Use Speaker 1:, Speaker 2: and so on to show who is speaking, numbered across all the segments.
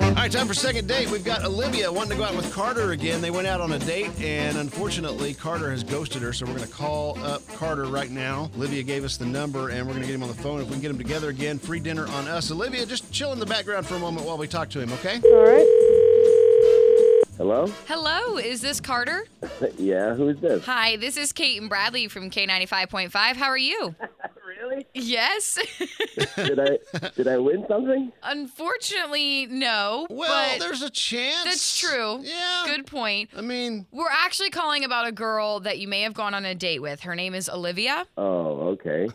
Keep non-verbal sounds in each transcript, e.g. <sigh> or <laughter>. Speaker 1: All right, time for second date. We've got Olivia wanting to go out with Carter again. They went out on a date, and unfortunately, Carter has ghosted her. So we're going to call up Carter right now. Olivia gave us the number, and we're going to get him on the phone. If we can get him together again, free dinner on us. Olivia, just chill in the background for a moment while we talk to him, okay?
Speaker 2: All right.
Speaker 3: Hello?
Speaker 4: Hello, is this Carter?
Speaker 3: Yeah, who is this?
Speaker 4: Hi, this is Kate and Bradley from K95.5. How are you?
Speaker 2: Really?
Speaker 4: Yes. <laughs>
Speaker 3: Did I did I win something?
Speaker 4: Unfortunately, no.
Speaker 1: Well,
Speaker 4: but
Speaker 1: there's a chance.
Speaker 4: that's true.
Speaker 1: Yeah.
Speaker 4: Good point.
Speaker 1: I
Speaker 4: <laughs>
Speaker 1: mean,
Speaker 4: We're actually calling about a girl that you may have gone on a date with. Her name is Olivia.
Speaker 3: Oh, okay.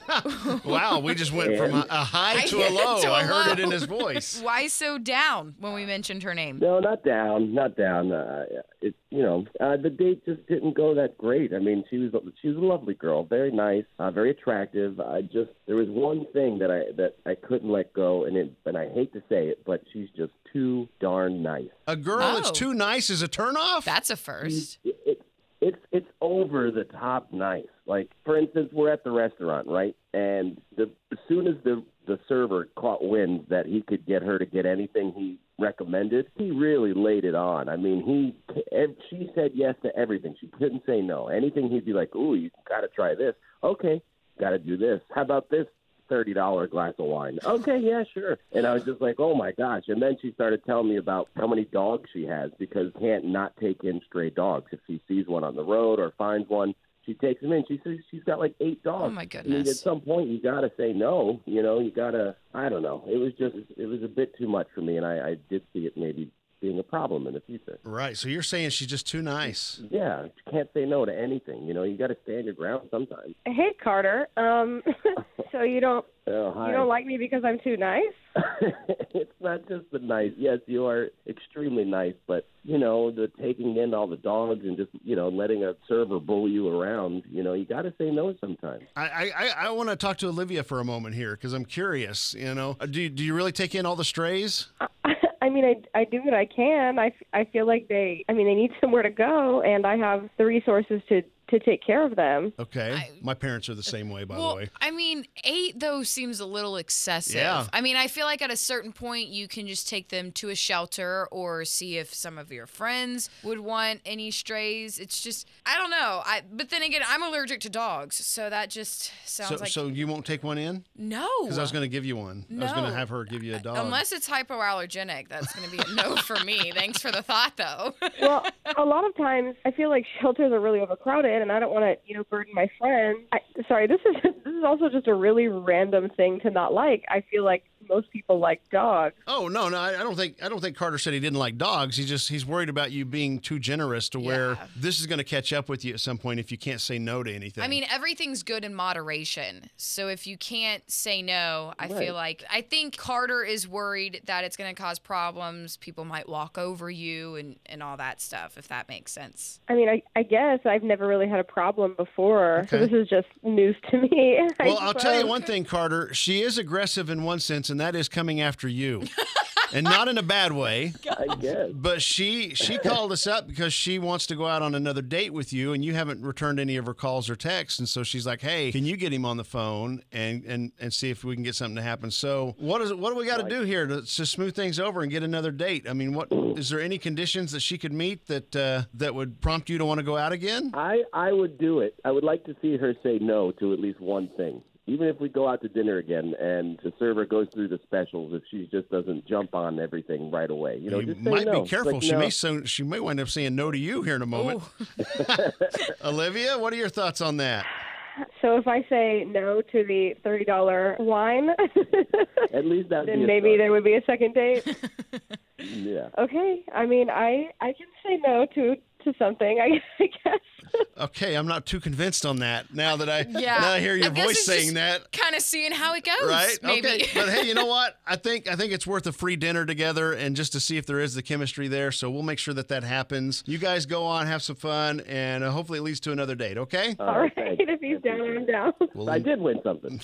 Speaker 1: wow, we just went from a, a high to a
Speaker 4: To
Speaker 1: low.
Speaker 4: a
Speaker 1: I heard it
Speaker 4: low.
Speaker 1: in his voice.
Speaker 4: Why so down when we mentioned her name?
Speaker 3: No, not down, not down. Uh, it, you know, uh, the date just didn't go that great. I mean, she was she was a lovely girl, very nice, uh, very attractive. I just there was one thing that I that I couldn't let go, and it and I hate to say it, but she's just too darn nice.
Speaker 4: <laughs>
Speaker 1: A girl that's
Speaker 4: Oh.
Speaker 1: too nice is a turnoff?
Speaker 4: That's a first.
Speaker 3: It, it, it's it's over the top nice. Like for instance, we're at the restaurant, right? And the as soon as the the server caught wind that he could get her to get anything he recommended, he really laid it on. I mean, he ev- she said yes to everything. She couldn't say no. Anything he'd be like, "Ooh, you got to try this." Okay, got to do this. How about this? Thirty dollar glass of wine. Okay, yeah, sure. And I was just like, oh my gosh. And then she started telling me about how many dogs she has because can't not take in stray dogs. If she sees one on the road or finds one, she takes them in. She says she's got like eight dogs.
Speaker 4: Oh, my
Speaker 3: I mean, at
Speaker 4: goodness.
Speaker 3: some point you gotta say no. You know, you gotta. I don't know. It was just it was a bit too much for me, and I, I did see it maybe being a problem in the future.
Speaker 1: Right. So you're saying she's just too nice.
Speaker 3: Yeah, you can't say no to anything. You know, you gotta stand your ground sometimes.
Speaker 2: Hey, Carter. Um, <laughs> so you don't
Speaker 3: Oh, hi.
Speaker 2: you don't like me because I'm too nice? <laughs>
Speaker 3: <laughs> it's not just the nice. Yes, you are extremely nice, but you know the taking in all the dogs and just you know letting a server bully you around. You know you got to say no sometimes.
Speaker 1: <laughs> I I, I, I want to talk to Olivia for a moment here because I'm curious. You know, Uh, do do you really take in all the strays?
Speaker 2: I mean, I, I do what I can. I, f- I feel like they, I mean, they need <laughs> somewhere to go, and I have the resources to, to take care
Speaker 1: <laughs>
Speaker 2: of them.
Speaker 1: Okay.
Speaker 4: I-
Speaker 1: My parents are the same way, by the
Speaker 4: Well,
Speaker 1: way.
Speaker 4: I mean, eight though seems a little excessive.
Speaker 1: Yeah.
Speaker 4: I mean, I feel like at a certain point you can just take them to a shelter or see if some of your friends would want any strays. It's just I don't know. I but then again, I'm allergic to dogs, so that just sounds
Speaker 1: So
Speaker 4: like
Speaker 1: so you won't take one in
Speaker 4: no.
Speaker 1: because I was oh. going to give you one. I was going to
Speaker 4: No.
Speaker 1: have her give you a dog.
Speaker 4: Unless it's hypoallergenic, that's going to be a no for
Speaker 1: <laughs>
Speaker 4: me. Thanks for the thought, though.
Speaker 2: Well, a lot of times I feel like shelters are really overcrowded, and I don't want to, you know, burden my friends. I, sorry, this is <laughs> this is also just a really random thing to not like. I feel like most people like dogs.
Speaker 1: oh no no I, I don't think I don't think Carter said he didn't like dogs. He just he's worried about you being too generous to where
Speaker 4: Yeah.
Speaker 1: this is going to catch up with you at some point if you can't say no to anything.
Speaker 4: I mean, everything's good in moderation. So if you can't say no, I
Speaker 3: Right.
Speaker 4: feel like I think Carter is worried that it's going to cause problems. People might walk over you and, and all that stuff, if that makes sense.
Speaker 2: I mean, I, I guess I've never really had a problem before, so
Speaker 1: Okay.
Speaker 2: this is just news to me. <laughs> I
Speaker 1: Well, I'll tell you
Speaker 2: suppose.
Speaker 1: one thing, Carter. She is aggressive in one sense, and that is coming after
Speaker 4: <laughs>
Speaker 1: you, and not in a bad way.
Speaker 3: I guess.
Speaker 1: But she she called us up because she wants to go out on another date with you, and you haven't returned any of her calls or texts, and so she's like, "Hey, can you get him on the phone and and and see if we can get something to happen?" So what is what do we got to do here to, to smooth things over and get another date? I mean, what is there any conditions that she could meet that uh, that would prompt you to want to go out again?
Speaker 3: I I would do it. I would like to see her say no to at least one thing. Even if we go out to dinner again and the server goes through the specials, if she just doesn't jump on everything right away, you know,
Speaker 1: you
Speaker 3: just say
Speaker 1: might
Speaker 3: no.
Speaker 1: be
Speaker 3: It's
Speaker 1: careful.
Speaker 3: like,
Speaker 1: she
Speaker 3: no.
Speaker 1: may so, she may wind up saying no to you here in a moment. <laughs> Olivia, what are your thoughts on that?
Speaker 2: So if I say no to the thirty dollar wine, <laughs>
Speaker 3: At least that.
Speaker 2: then maybe there would be a second date. <laughs>
Speaker 3: Yeah.
Speaker 2: okay, I mean, I I can say no to to something. I, <laughs> I guess.
Speaker 1: Okay, I'm not too convinced on that. Now that I
Speaker 4: Yeah.
Speaker 1: now I hear your
Speaker 4: I guess
Speaker 1: voice
Speaker 4: it's
Speaker 1: saying
Speaker 4: just
Speaker 1: that,
Speaker 4: Kind of seeing how it goes.
Speaker 1: right?
Speaker 4: Maybe.
Speaker 1: Okay,
Speaker 4: <laughs>
Speaker 1: but hey, you know what? I think I think it's worth a free dinner together and just to see if there is the chemistry there. So we'll make sure that that happens. You guys go on, have some fun, and uh, hopefully it leads to another date. Okay.
Speaker 3: All
Speaker 2: All right,
Speaker 3: thanks.
Speaker 2: if he's down, I'm down.
Speaker 1: We'll
Speaker 3: I
Speaker 1: leave-
Speaker 3: did win something.